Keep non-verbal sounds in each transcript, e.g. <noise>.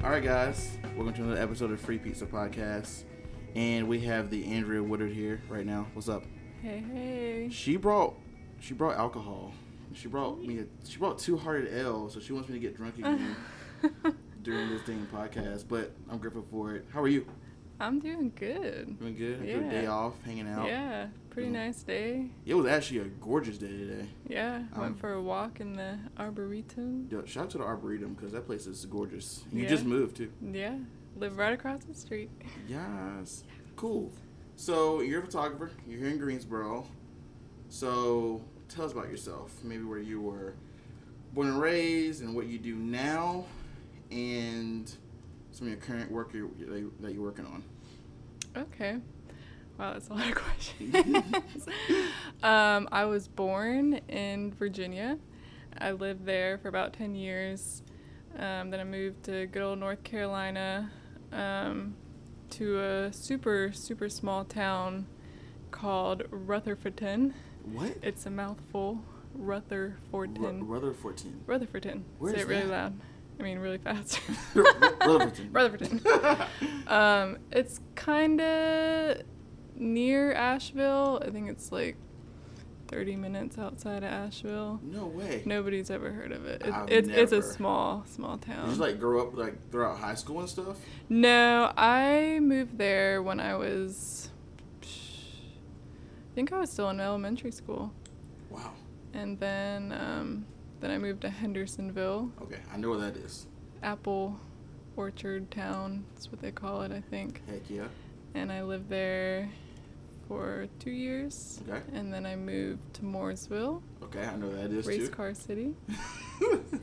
guys. Welcome to another episode of Free Pizza Podcast. And we have the Andrea Woodard here right now. What's up? Hey, hey. <laughs> She brought she brought alcohol. She brought me a, she brought two hearted L, so she wants me to get drunk <laughs> again during this dang podcast. But I'm grateful for it. How are you? I'm doing good. Doing good? Had Your Yeah. day off, hanging out. Yeah, pretty Mm. nice day. It was actually a gorgeous day today. Yeah, Um, went for a walk in the arboretum. Yo, shout out to the Arboretum because that place is gorgeous. You Yeah. just moved too. Yeah, live right across the street. <laughs> Yes. Cool. So you're a photographer. You're here in Greensboro. So tell us about yourself. Maybe where you were born and raised, and what you do now, and some of your current work you're, that you- that you're working on. Okay. Wow, that's a lot of <laughs> questions. um, I was born in Virginia. I lived there for about 10 years. Um, then I moved to good old North Carolina um, to a super, super small town called Rutherfordton. What? It's a mouthful. Rutherfordton. Rutherfordton. Rutherfordton. Where Say is it really that? loud. I mean, really fast. <laughs> Rutherfordton. <laughs> Rutherfordton. Um, it's kind of near Asheville. I think it's like 30 minutes outside of Asheville. no way. Nobody's ever heard of it. It's I've it's, it's a never. small small Did town. you just like grow up like throughout high school and stuff? no, I moved there when I was. I think I was still in elementary school, Wow. and then um, then I moved to Hendersonville. Okay, I know where that is. apple orchard town. That's what they call it, I think. Heck yeah. And I lived there for two years. Okay. And then I moved to Mooresville, Okay, I know where that is <laughs> race too. car city.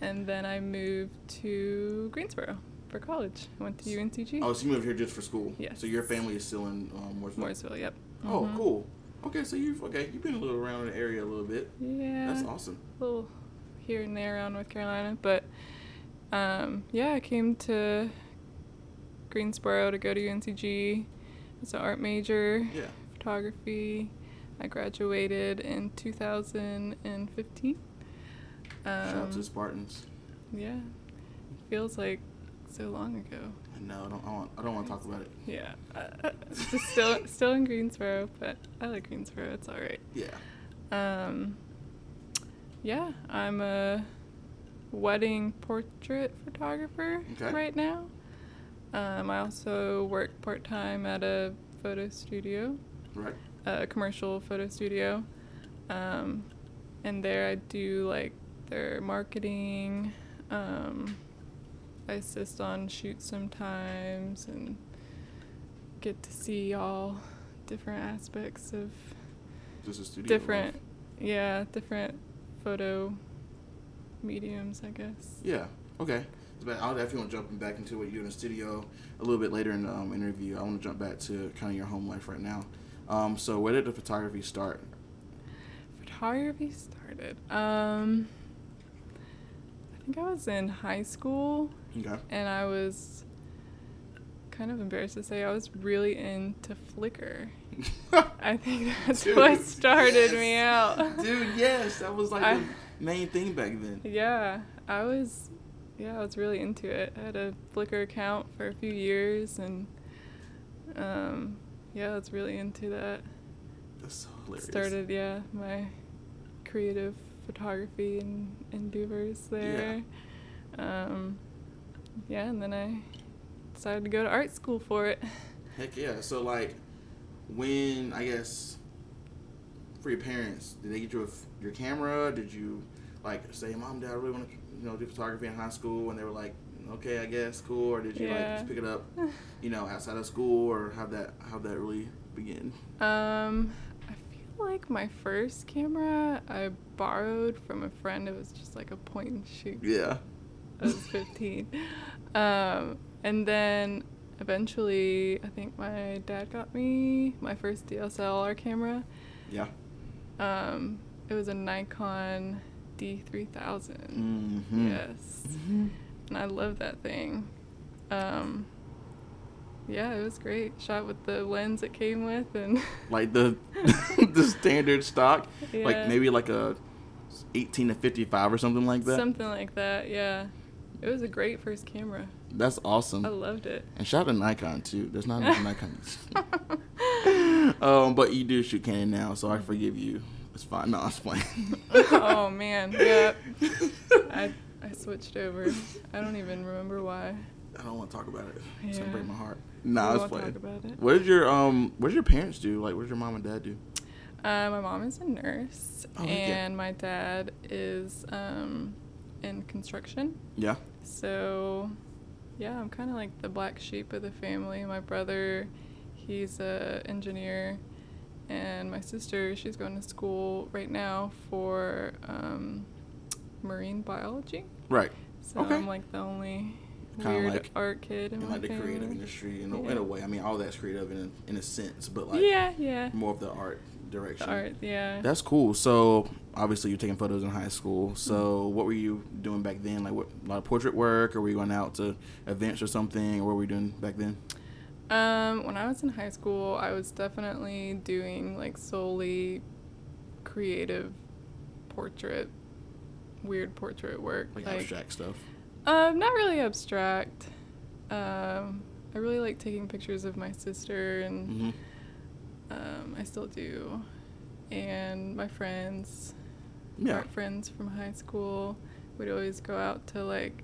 and then I moved to Greensboro for college. I went to UNCG. Oh, so you moved here just for school? Yes. So your family is still in um, Mooresville? Mooresville, yep. Oh, Mhm. cool. Okay, so you've okay, you've been a little around the area a little bit. Yeah. That's awesome. little here and there around North Carolina, but um, yeah, I came to Greensboro to go to UNCG as an art major, Yeah. photography. I graduated in 2015. Shout out to the Um, Spartans. yeah, feels like so long ago. I know. I don't. I, want, I don't want to talk about it. Yeah, uh, <laughs> just still still in Greensboro, but I like Greensboro. It's all right. Yeah. Um, yeah, I'm a wedding portrait photographer Okay. right now. Um, I also work part time at a photo studio, Right. a commercial photo studio. Um, and there I do like their marketing. Um, I assist on shoots sometimes and get to see all different aspects of Just a studio. different life. yeah different photo mediums i guess Yeah. Okay. But I'll definitely want to jump back into what you do in the studio a little bit later in the um, interview. I want to jump back to kind of your home life right now. Um, so where did the photography start? photography started um i think i was in high school Okay. <laughs> and i was kind of embarrassed to say i was really into flickr i think that's what Dude, started yes. me out Dude, yes, that was like I- the main thing back then. Yeah, I was, yeah, I was really into it. I had a Flickr account for a few years, and um, yeah, I was really into that. That's so hilarious. Started, yeah, my creative photography and endeavors there. Um, yeah, and then I decided to go to art school for it. Heck yeah. So like, when I guess for your parents, did they get you a f your camera? Did you like say, Mom, Dad, I really want to you know do photography in high school? And they were like, Okay, I guess, cool. Or did you like Yeah. just pick it up, you know, outside of school, or how that how that really begin? Um, I feel like my first camera I borrowed from a friend. It was just like a point and shoot Yeah. I was 15. Um, and then eventually, I think my dad got me my first DSLR camera. <laughs> Yeah. Um, it was a Nikon D3000. Mm-hmm. Yes. And I love that thing. Um, yeah, it was great. Shot with the lens it came with and <laughs> Like the <laughs> the standard stock, like Yeah. maybe like a eighteen to fifty five or something like that. something like that. Yeah. It was a great first camera. That's awesome. I loved it. And shout out to Nikon too. There's Mm. <laughs> not enough Nikon. <laughs> um, but you do shoot Canon now, so I forgive you. It's fine. No, I was playing. Mm-hmm. <laughs> oh <laughs> man, yep. I I switched over. I don't even remember why. I don't want to talk about it. It's Yeah. gonna break my heart. Nah, I We was won't talk playing. about it. What did your um? What did your parents do? Like, what did your mom and dad do? Uh, my mom is a nurse, Oh, okay. and my dad is um, in construction. Yeah. So, yeah, I'm kind of like the black sheep of the family. My brother, he's a engineer, and my sister, she's going to school right now for um, marine biology. Right. So Okay. I'm like the only Kinda weird like- art kid in In my like the family. creative industry, in a, Yeah. in a way. I mean, all that's creative in a, in a sense, but like yeah, yeah. more of the art direction. The art, yeah. That's cool. So obviously you're taking photos in high school. So Mm-hmm. what were you doing back then? Like what a lot of portrait work, or were you going out to events or something, or what were you doing back then? Um, when I was in high school, I was definitely doing like solely creative portrait, weird portrait work. Like, abstract stuff. Um, not really abstract. Um, I really like taking pictures of my sister, and hmm um, I still do, and my friends, Yeah. art friends from high school. We'd always go out to like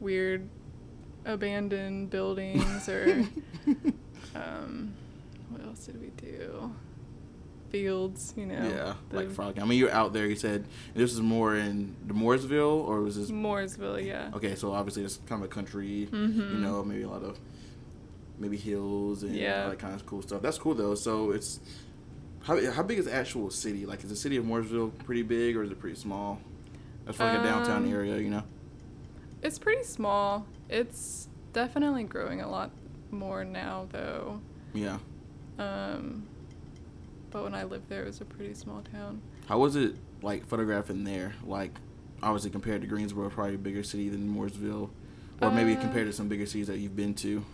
weird <laughs> abandoned buildings or uh, um, what else did we do? Fields, you know. yeah, the like frog. I mean, you're out there. You said this is more in the Mooresville, or was this Mooresville, yeah. okay? So obviously it's kind of a country. You Mhm. know, maybe a lot of maybe hills and Yeah. all that kind of cool stuff. That's cool though. So it's how how big is the actual city? Like, is the city of Mooresville pretty big or is it pretty small? That's for like a downtown Um, area, you know. It's pretty small. It's definitely growing a lot more now, though. Yeah. Um, but when I lived there, it was a pretty small town. How was it like photographing there? Like, obviously compared to Greensboro, probably a bigger city than Mooresville, or maybe Uh, compared to some bigger cities that you've been to.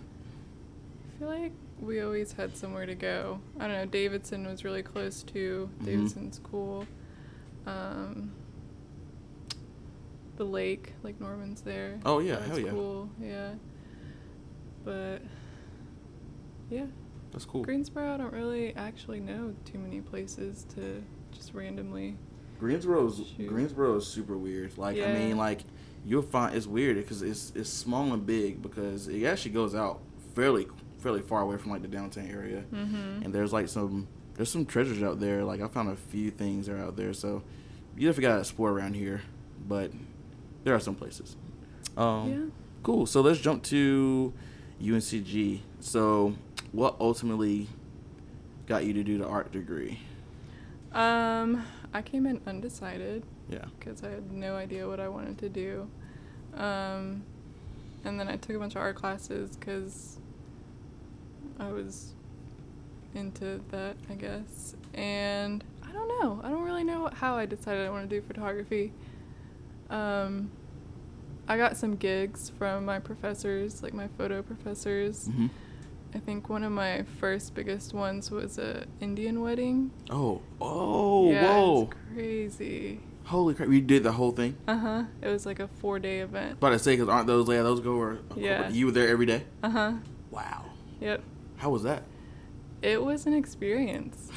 I feel like we always had somewhere to go. I don't know. Davidson was really close to Mhm. Davidson's cool. Um, the lake, like Norman's there. Oh, yeah, That's hell yeah. Cool, yeah. But yeah, That's cool. Greensboro. I don't really actually know too many places to just randomly. Greensboro's Shoot. Greensboro is super weird. Like I Yeah. mean, like you'll find it's weird because it's it's small and big because it actually goes out fairly fairly far away from like the downtown area, Mm-hmm. and there's like some there's some treasures out there. Like I found a few things that are out there, so you definitely gotta explore around here. But there are some places. Um, Yeah. Cool. So let's jump to UNCG. So what ultimately got you to do the art degree? Um, I came in undecided. Yeah. because I had no idea what I wanted to do. Um, and then I took a bunch of art classes because I was into that, I guess. And I don't know. I don't really know how I decided I want to do photography. Um, I got some gigs from my professors, like my photo professors. hmm I think one of my first biggest ones was a Indian wedding. Oh. Oh. yeah, whoa. It's crazy. Holy crap! You did the whole thing. Uh huh. It was like a four day event. About to say, cause aren't those yeah those go or Yeah. you were there every day? Uh huh. Wow, Yep. how was that? <laughs> It was an experience.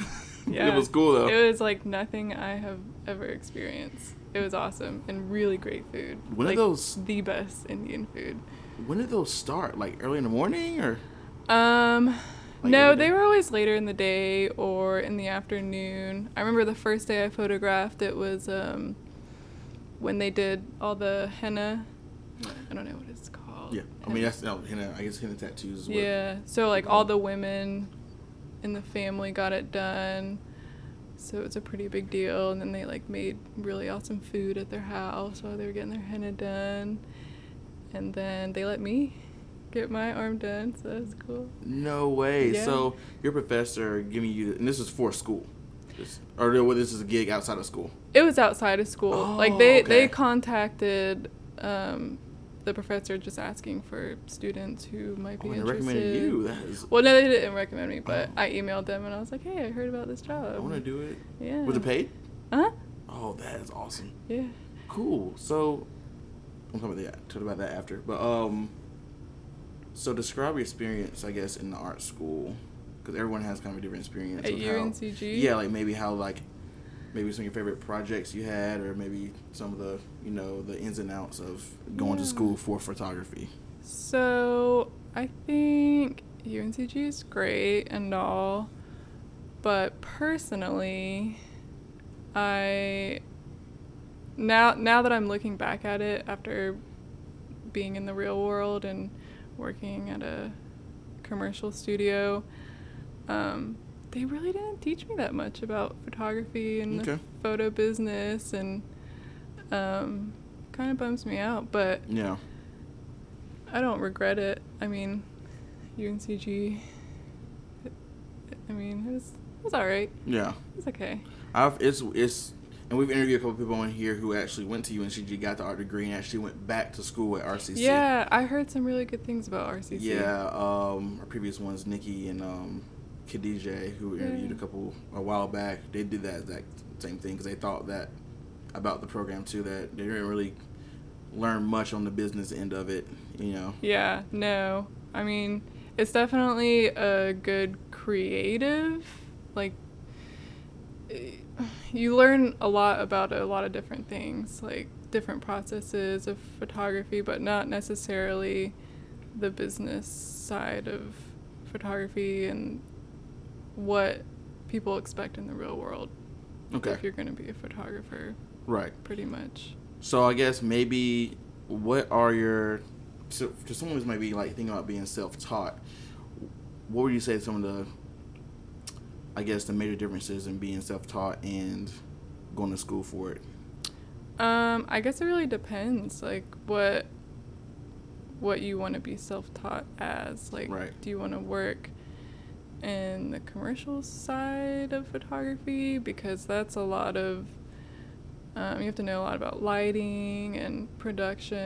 it Yeah. was cool though. It was like nothing I have ever experienced. It was awesome and really great food. When are like, those- The best Indian food. when did those start? Like early in the morning or? Um, Like no, every day? they were always later in the day or in the afternoon. I remember the first day I photographed, it was um, when they did all the henna. I don't know what it's called. Yeah, I mean Henna. that's no henna. I guess henna tattoos. Is what, Yeah. So like all the women in the family got it done. So it was a pretty big deal. And then they like made really awesome food at their house while they were getting their henna done. And then they let me get my arm done. So that was cool. No way. Yeah. So your professor giving you, and this is for school, this, or no, well, this is a gig outside of school. It was outside of school. like they Oh, okay. they contacted um, the professor just asking for students who might be Oh, and they interested. recommended you. That is. Well, no, they didn't recommend me, but Oh. I emailed them and I was like, "Hey, I heard about this job." I want to do it. um, Yeah. Uh-huh. Was it paid? Huh? Oh, that is awesome. Yeah. Cool. So, we'll talk about that. Talk about that after. But um, so describe your experience, I guess, in the art school, because everyone has kind of a different experience. At with how- UNCG? Yeah, like maybe how like maybe some of your favorite projects you had, or maybe some of the you know the ins and outs of going to Yeah. school for photography. So I think UNCG is great and all, but personally, I now now that I'm looking back at it after being in the real world and working at a commercial studio, um, they really didn't teach me that much about photography and the Okay. photo business, and um, kind of bums me out, but. Yeah. I don't regret it. I mean, UNCG. I mean, it was it was all right. Yeah. It was okay. I've it's it's and we've interviewed a couple people on here who actually went to UNCG, got the art degree, and actually went back to school at RCC. Yeah, I heard some really good things about RCC. Yeah, um, our previous ones, Nikki and um, Khadija, who we interviewed Yeah. a couple a while back, they did that exact same thing because they thought that about the program too that they didn't really learn much on the business end of it. You know, Yeah. No. I mean, it's definitely a good creative. Like, eh, you learn a lot about a lot of different things, like different processes of photography, but not necessarily the business side of photography and what people expect in the real world okay, if you're going to be a photographer, right. pretty much. So I guess maybe what are your so to someone who's maybe like thinking about being self-taught, what would you say some of the I guess the major differences in being self-taught and going to school for it? Um, I guess it really depends, like what what you want to be self-taught as. Like, Right. do you want to work in the commercial side of photography because that's a lot of um, you have to know a lot about lighting and production,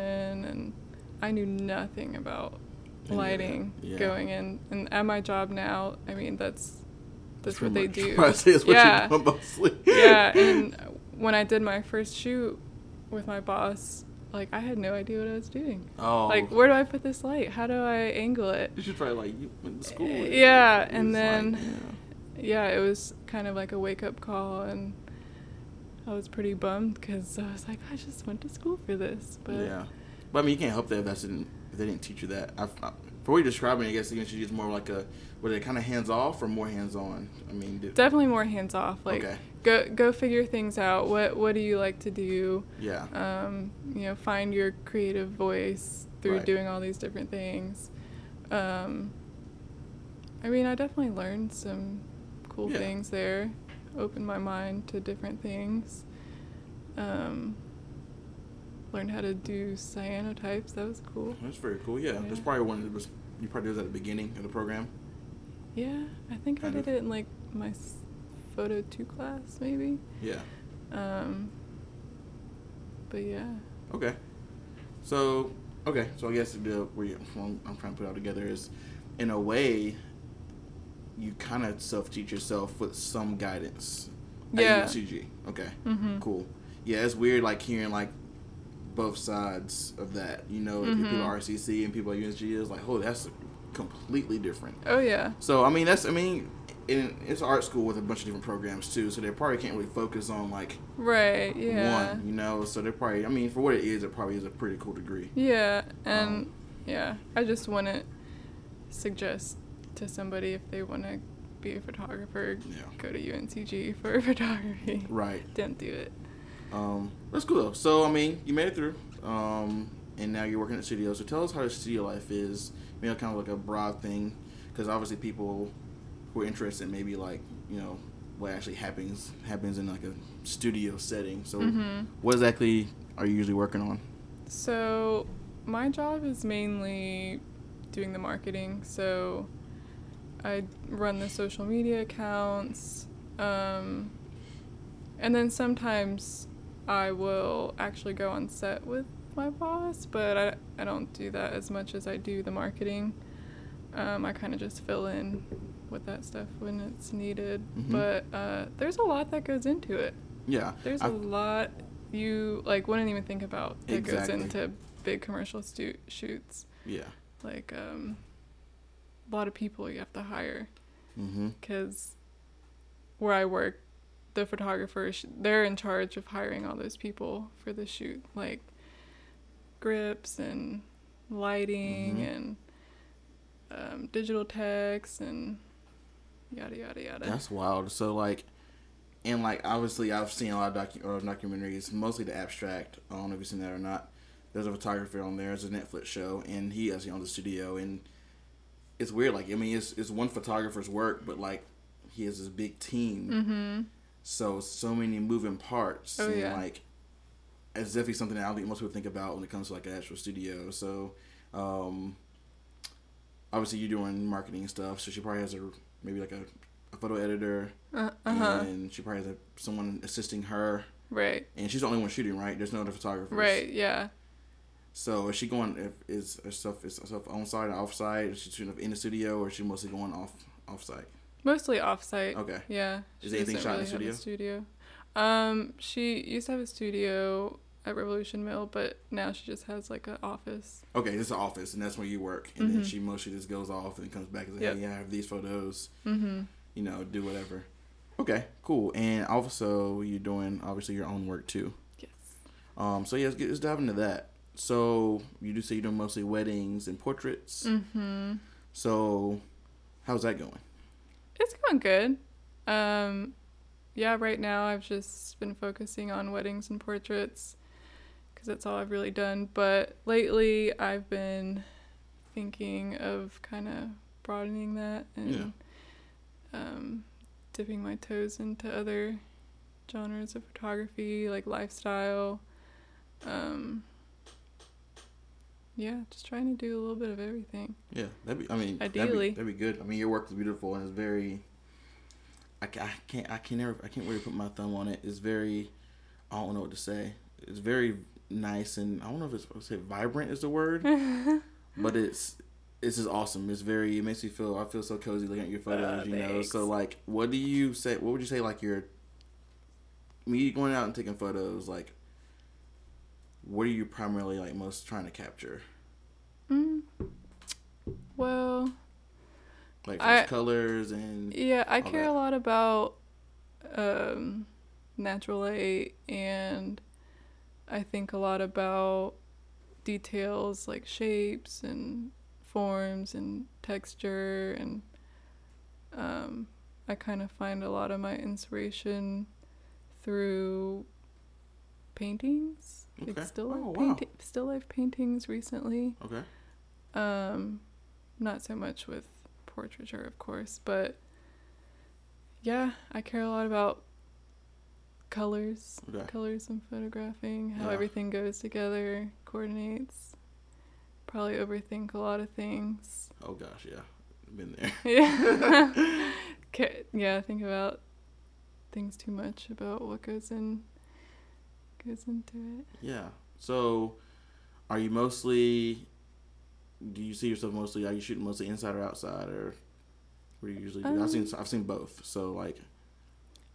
and I knew nothing about Yeah, lighting yeah. going in. And at my job now, I mean that's that's what they pretty <laughs> do. much what I say, it's what you Yeah do mostly. <laughs> yeah, and when I did my first shoot with my boss, like I had no idea what I was doing. oh, Like, where do I put this light? How do I angle it? you should probably like you went to school. with it. Yeah, It's and like, then- yeah. Yeah, it was kind of like a wake up call, and I was pretty bummed because I was like, I just went to school for this. But yeah, but I mean, you can't help that if that's didn't if they didn't teach you that. I, I, for what you're describing, I guess the UNCG is more like a were they kind of hands off or more hands on? I mean, did, definitely more hands off. Like, Okay. go go figure things out. What what do you like to do? yeah, um, you know, find your creative voice through Right. doing all these different things. Um, I mean, I definitely learned some cool Yeah. things there, opened my mind to different things. Um, learned how to do cyanotypes, that was cool. that's very cool. Yeah, that's Yeah. probably one that was you probably did that at the beginning of the program. Yeah, I think Kind I of. did it in like my s- photo two class, maybe. Yeah. Um, but yeah, Okay. So okay, so I guess the where you, what I'm I'm trying to put it all together is, in a way, you kind of self-teach yourself with some guidance. at Yeah. UNCG. Okay. Mhm. Cool. Yeah, it's weird like hearing like both sides of that. You know, if Mhm. you're people at RCC and people at UNCG is like, oh, that's completely different. oh yeah, So I mean, that's I mean, in, it's art school with a bunch of different programs too. So they probably can't really focus on like right, yeah. one, you know. So they're probably, I mean, for what it is, it probably is a pretty cool degree. Yeah, and Um, yeah, I just wouldn't suggest to somebody if they want to be a photographer, Yeah. go to UNCG for <laughs> photography. Right. Don't do it. Um, that's cool though. So I mean, you made it through, um, and now you're working at the studio. So tell us how the studio life is. Maybe kind of like a broad thing, because obviously people who are interested, maybe like you know what actually happens happens in like a studio setting. So Mhm. what exactly are you usually working on? So, my job is mainly doing the marketing. So, I run the social media accounts. Um, and then sometimes I will actually go on set with my boss, but I, I don't do that as much as I do the marketing. Um, I kind of just fill in with that stuff when it's needed. Mhm. But uh, there's a lot that goes into it. Yeah, There's a I- lot you like wouldn't even think about that Exactly. goes into big commercial stu- shoots. Yeah. Like um, a lot of people you have to hire Mm-hmm. because where I work, the photographers they're in charge of hiring all those people for the shoot, like grips and lighting Mhm. and um, digital text and yada yada yada. That's wild. So like, and like obviously I've seen a lot of docu- or documentaries, mostly the abstract. I don't know if you've seen that or not. There's a photographer on there. It's a Netflix show, and he actually owns a studio. And it's weird. Like I mean, it's it's one photographer's work, but like he has this big team. mm-hmm. So so many moving parts. Oh, and yeah. like it's definitely something that I don't think most people think about when it comes to like an actual studio. So um obviously you're doing marketing and stuff, so she probably has a maybe like a, a photo editor Uh huh. and she probably has a, someone assisting her Right. and she's the only one shooting, right? There's no other photographers. Right. Yeah. So is she going if is herself is herself on site or off site? Is she shooting in the studio or is she mostly going off off site? Mostly offsite. Okay. Yeah. Is she anything doesn't shot in the really have a studio? Um, she used to have a studio at Revolution Mill, but now she just has like an office. Okay, it's an office, and that's where you work. And then Mhm. she mostly just goes off and comes back and says, Yep. "Hey, I have these photos. Mm-hmm. You know, do whatever." Okay, cool. And also, you're doing obviously your own work too. Yes. Um, so yeah, let's, get, let's dive into that. So you do say you're doing mostly weddings and portraits. Mm-hmm. So how's that going? It's going good. Um, yeah. Right now, I've just been focusing on weddings and portraits because that's all I've really done. But lately, I've been thinking of kind of broadening that and Yeah. um, dipping my toes into other genres of photography, like lifestyle. Um, yeah, just trying to do a little bit of everything. <laughs> Yeah, that'd be. I mean, Ideally. that'd be, that'd be good. I mean, your work is beautiful and it's very. I, ca- I can't. I can never. I can't really put my thumb on it. It's very. I don't know what to say. It's very nice and I don't know if it's I would say vibrant is the word, <laughs> but it's it's just awesome. It's very. It makes me feel. I feel so cozy looking at your photos. Uh, you know. thanks. So like, what do you say? What would you say? Like your me going out and taking photos. Like, what are you primarily like most trying to capture? Mm. Well, Like I- colors and Yeah, I all care that. a lot about um, natural light, and I think a lot about details like shapes and forms and texture, and um, I kind of find a lot of my inspiration through paintings, Okay. like still life Oh, wow. painti- still life paintings recently. okay. Um, not so much with portraiture, of course, but yeah, I care a lot about colors, Okay. colors and photographing, how Yeah. everything goes together, coordinates. Probably overthink a lot <laughs> of things. <laughs> Oh gosh, yeah, been there. <laughs> Yeah, Ca- yeah. Think about things too much about what goes in goes into it. Yeah. So, are you mostly? Do you see yourself mostly? Are you shooting mostly inside or outside, or what do you usually do? I've Um, seen I've seen both. So like,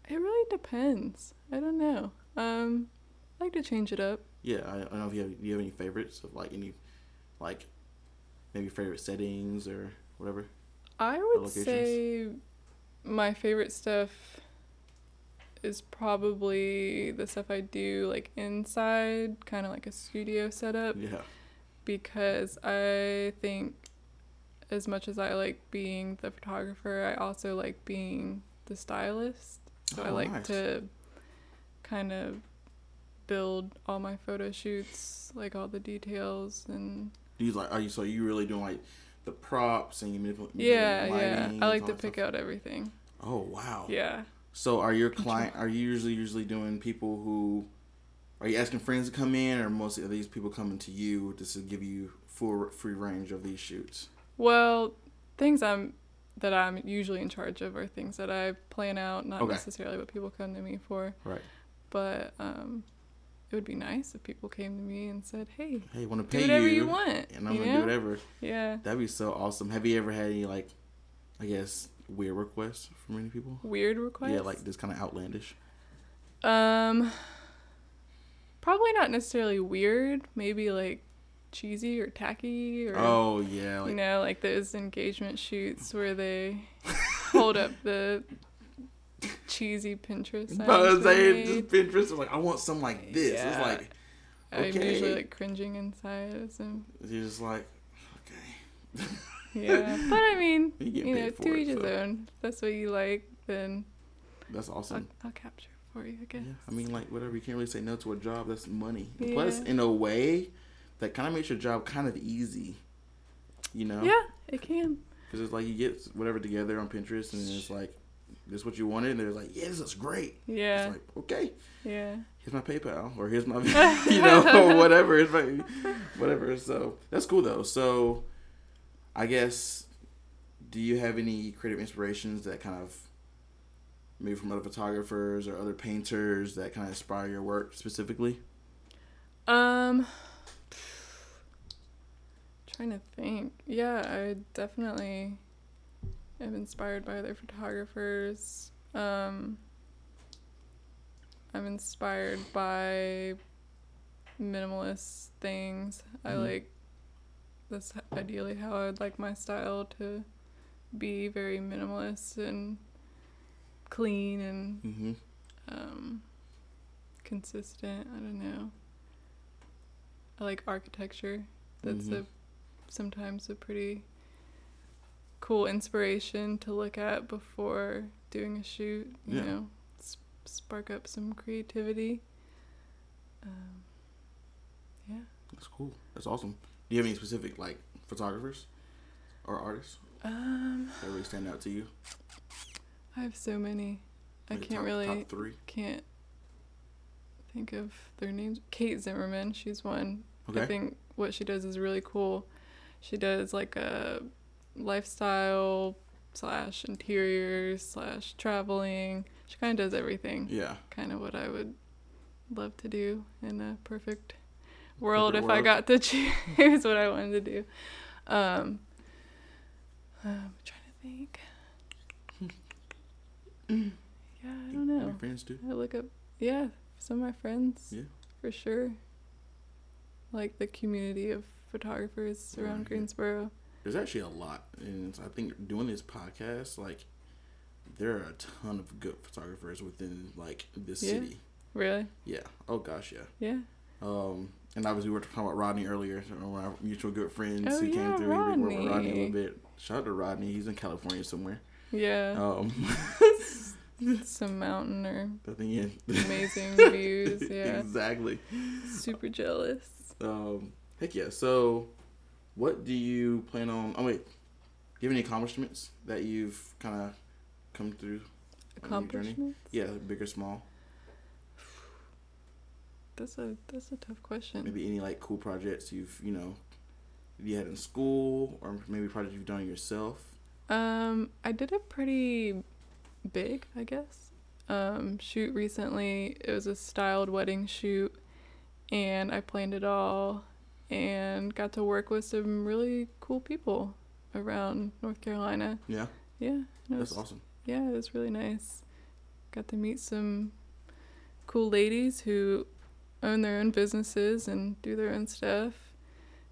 It really depends. I don't know. Um, I like to change it up. yeah, I, I don't know if you have do you have any favorites of like any, like, maybe favorite settings or whatever. I would locations? say my favorite stuff is probably the stuff I do like inside, kind of like a studio setup, Yeah. because I think as much as I like being the photographer, I also like being the stylist. So I Oh, like nice. to kind of build all my photo shoots, like all the details and Do you like? Are you so you really doing like the props and you manipulate? yeah, yeah. I like to pick out everything. Oh wow. Yeah. So are your client are you usually usually doing people who are you asking friends to come in or mostly are these people coming to you just to give you full free range of these shoots? Well, things I'm that I'm usually in charge of are things that I plan out, not Okay. necessarily what people come to me for. Right. But um, it would be nice if people came to me and said, "Hey, Hey, want to do pay whatever you, you, want." and I'm you gonna know? do whatever. Yeah. That'd be so awesome. Have you ever had any like I guess weird requests from any people? Weird requests. Yeah, like this kind of outlandish. Um. Probably not necessarily weird. Maybe like cheesy or tacky or Oh yeah, you <laughs> like know like those engagement shoots where they <laughs> hold up the cheesy Pinterest. but signs they they just made. Pinterest was like I want something like this. Yeah. It's like I'm usually okay. like cringing inside. So <laughs> you're just like okay. yeah, but I mean, You you, get know, paid for to it, each his so. own. If that's what you like, then That's I'll, awesome. I'll capture it for you. I guess. Yeah, I mean like whatever. You can't really say no to a job. That's money. Yeah. Plus, in a way, that kind of makes your job kind of easy. You know. Yeah, it can. Because it's like you get whatever together on Pinterest, and it's like, this is what you wanted, and they're like, yeah, this is great. Yeah, It's like, okay, yeah. here's my PayPal, or here's <laughs> my, <laughs> you know, whatever, it's my, whatever. So that's cool though. So, I guess, do you have any creative inspirations that kind of, maybe from other photographers or other painters that kind of inspire your work specifically? Um, <sighs> trying to think. Yeah, I definitely am inspired by other photographers. Um, I'm inspired by minimalist things. I Mhm. like that's h- ideally how I would like my style to be very minimalist and clean and Mm-hmm. um, consistent. I don't know. I like architecture. That's Mhm. a sometimes a pretty cool inspiration to look at before doing a shoot. You Yeah. know, S- spark up some creativity. Um, yeah. That's cool. That's awesome. Do you have any specific like photographers or artists Um, that really stand out to you? I have so many. I Like, can't top- really. top three. can't think of their names. Kate Zimmerman, she's one. I Okay. think what she does is really cool. She does like a lifestyle slash interior slash traveling. She kind of does everything. Yeah. Kind of what I would love to do in a perfect world Perfect if I world. got to <laughs> choose what I wanted to do. Um, <sighs> I'm trying to <laughs> think. yeah, I don't know. Your friends do. I look up, yeah, some of my friends. Yeah. For sure. Like the community of photographers Oh, Yeah, around yeah. Greensboro. There's actually a lot, and it's- I think doing this podcast, like, there are a ton of good photographers within like this Yeah. city. Really? Yeah. Oh gosh, yeah. Yeah. Um, and obviously we were talking about Rodney earlier. so One of our mutual good friends Oh, who yeah, came through. We worked with Rodney a Rodney. little bit. Shout out to Rodney. He's in California somewhere. Yeah. Um, <laughs> <laughs> Some mountain or I think Oh. yeah. <laughs> amazing views. Yeah. exactly. Super jealous. Um, heck yeah. So, what do you plan on? Oh wait, do you have any accomplishments that you've kind of come through? On your journey? Accomplishments? Yeah, big or small. That's a that's a tough question. Maybe any like cool projects you've you know you had in school, or maybe projects you've done yourself. Um, I did a pretty big, I guess, um, shoot recently. It was a styled wedding shoot, and I planned it all and got to work with some really cool people around North Carolina. Yeah, Yeah, no, that's it's- awesome. yeah, it was really nice. Got to meet some cool ladies who own their own businesses and do their own stuff,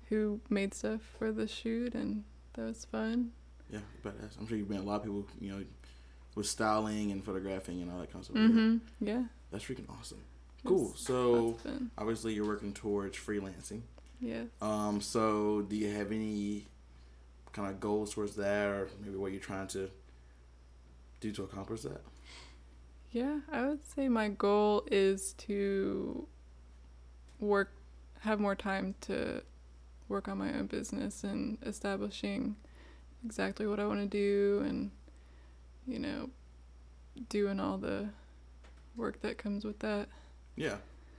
who made stuff for the shoot, and that was fun. Yeah, badass. I'm sure you've been a lot of people you know with styling and photographing and all that kind of stuff. Mm-hmm. Yeah. That's freaking awesome. That's- Cool. So That's fun. obviously you're working towards freelancing. Yes. Um, so do you have any kind of goals towards that or maybe what you're trying to do to accomplish that? Yeah, I would say my goal is to work, have more time to work on my own business and establishing exactly what I want to do and, you know, doing all the work that comes with that. Yeah.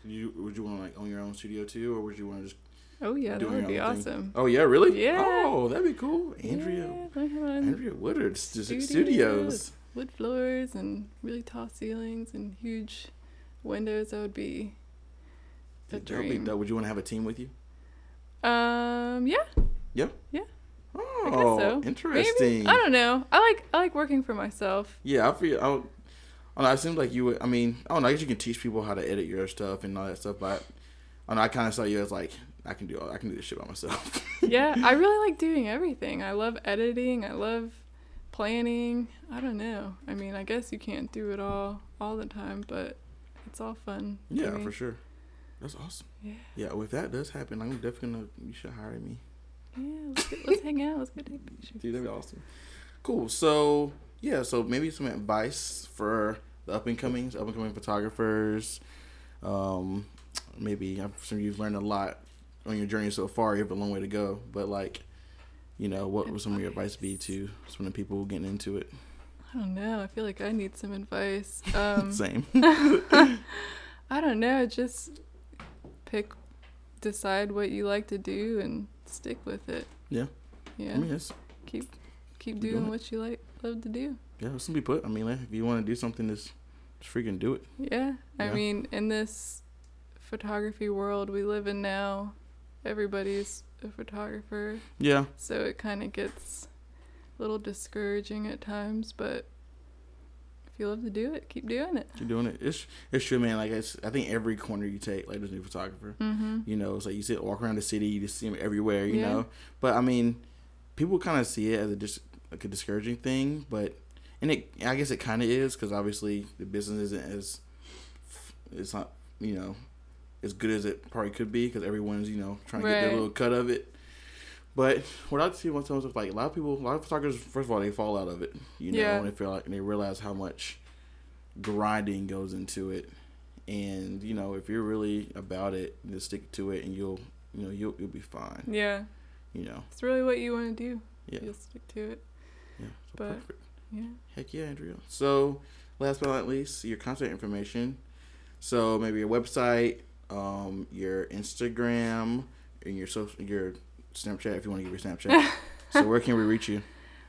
Do you would you want to like own your own studio too or would you want to just Oh, yeah, that Doing would be your own thing. awesome. Oh yeah, really? Yeah. Oh, that'd be cool. Andrea Yeah, learn how to Andrea Woodard stu- Studios. studios. wood floors and really tall ceilings and huge windows. That would be a That'd be dream. dope. Would you want to have a team with you? Um, yeah, Oh, I guess so. interesting. Maybe. I don't know. I like I like working for <laughs> myself. Yeah, I feel. I, don't- I, don't know, it seems like you would. I mean, I don't know. I guess you can teach people how to edit your stuff and all that stuff, but I, don't know, I kind of saw you as like I can do all, I can do this shit by myself. <laughs> yeah, I really like doing everything. I love editing. I love planning. I don't know. I mean, I guess you can't do it all all the time, but it's all fun. to yeah, me. for sure. That's awesome. Yeah. Yeah, well, if that does happen, I'm definitely gonna. You should hire me. Yeah, let's, get, let's hang out. Let's go take pictures. Dude, that'd be awesome. Cool. So yeah, so maybe some advice for the up and comings, up and coming photographers. Um, maybe I'm sure you've learned a lot on your journey so far. You have a long way to go, but like, you know, what would some of your advice be to some of the people getting into it? <laughs> I don't know. I feel like I need some advice. Um, Same. I don't know. Just pick, decide what you like to do and stick with it. Yeah. Yeah. I mean, it's, keep keep keep doing, doing it. what you like love to do. yeah, it's simply put. I mean, like, if you want to do something, just, just freaking do it. Yeah. I Yeah. mean, in this photography world we live in now, everybody's a photographer, Yeah. so it kind of gets a little discouraging at times, but if you love to do it, keep doing it. You're doing it. It's it's true, man. Like it's, I think every corner you take, like there's a new photographer. Mm-hmm. You know, it's like you sit walk around the city, you just see them everywhere. You Yeah. know, but I mean, people kind of see it as a dis- like a discouraging thing, but and it I guess it kind of is because obviously the business isn't as it's not you know as good as it probably could be because everyone's you know trying to get their Right. little cut of it. But what I see sometimes is like a lot of people, a lot of photographers, first of all, they fall out of it, you know, Yeah. and they feel like and they realize how much grinding goes into it. And you know, if you're really about it, just stick to it, and you'll, you know, you'll you'll be fine. Yeah. You know, It's really what you want to do. yeah, yeah. You'll stick to it. So but- perfect. Yeah. Heck yeah, Andrea. So, last but not least, your contact information. So maybe your website, um, your Instagram, and your social, your Snapchat if you want to give your <laughs> Snapchat. so where can we reach you?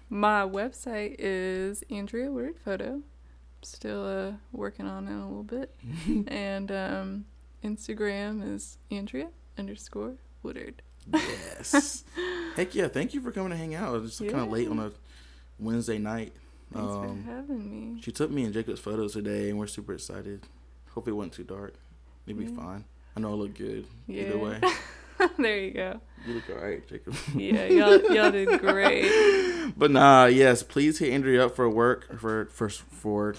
My website is Andrea Word Photo. Still uh, working on it a <laughs> little bit. and um, Instagram is Andrea underscore Woodard. <laughs> yes. Heck yeah! Thank you for coming to hang out. It's kind Yeah. of late on a Wednesday night. Thanks Um, for having me. She took me and Jacob's photos today, and we're super excited. Hope it wasn't too dark. It'll be Yeah. fine. I know I look good. Yeah. Either <laughs> way, there <laughs> you go. you look alright, Jacob. <laughs> Yeah, y'all, y'all did great. But nah, yes, please hit Andrea up for work for for for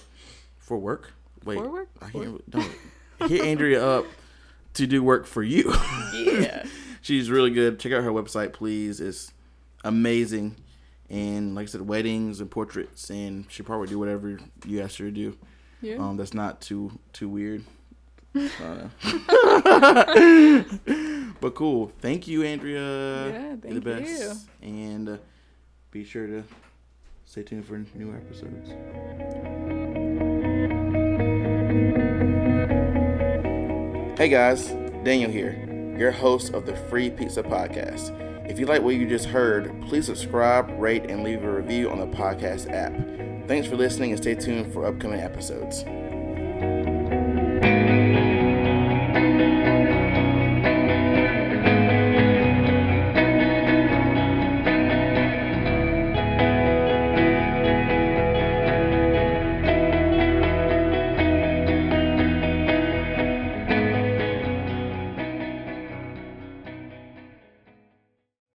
for work. Wait, Forward? I can't. Don't hit Andrea up to do work for you. Yeah. <laughs> She's really good. Check out her website, please. It's amazing. And like I said, weddings and portraits, and she probably do whatever you ask her to do. <laughs> Yeah. Um, that's not too too weird. I don't know. <laughs> but cool. Thank you, Andrea. Yeah, You're the thank you. best. And uh, be sure to stay tuned for new episodes. Hey guys, Daniel here, your host of the Free Pizza Podcast. If you like what you just heard, please subscribe, rate, and leave a review on the podcast app. Thanks for listening and stay tuned for upcoming episodes.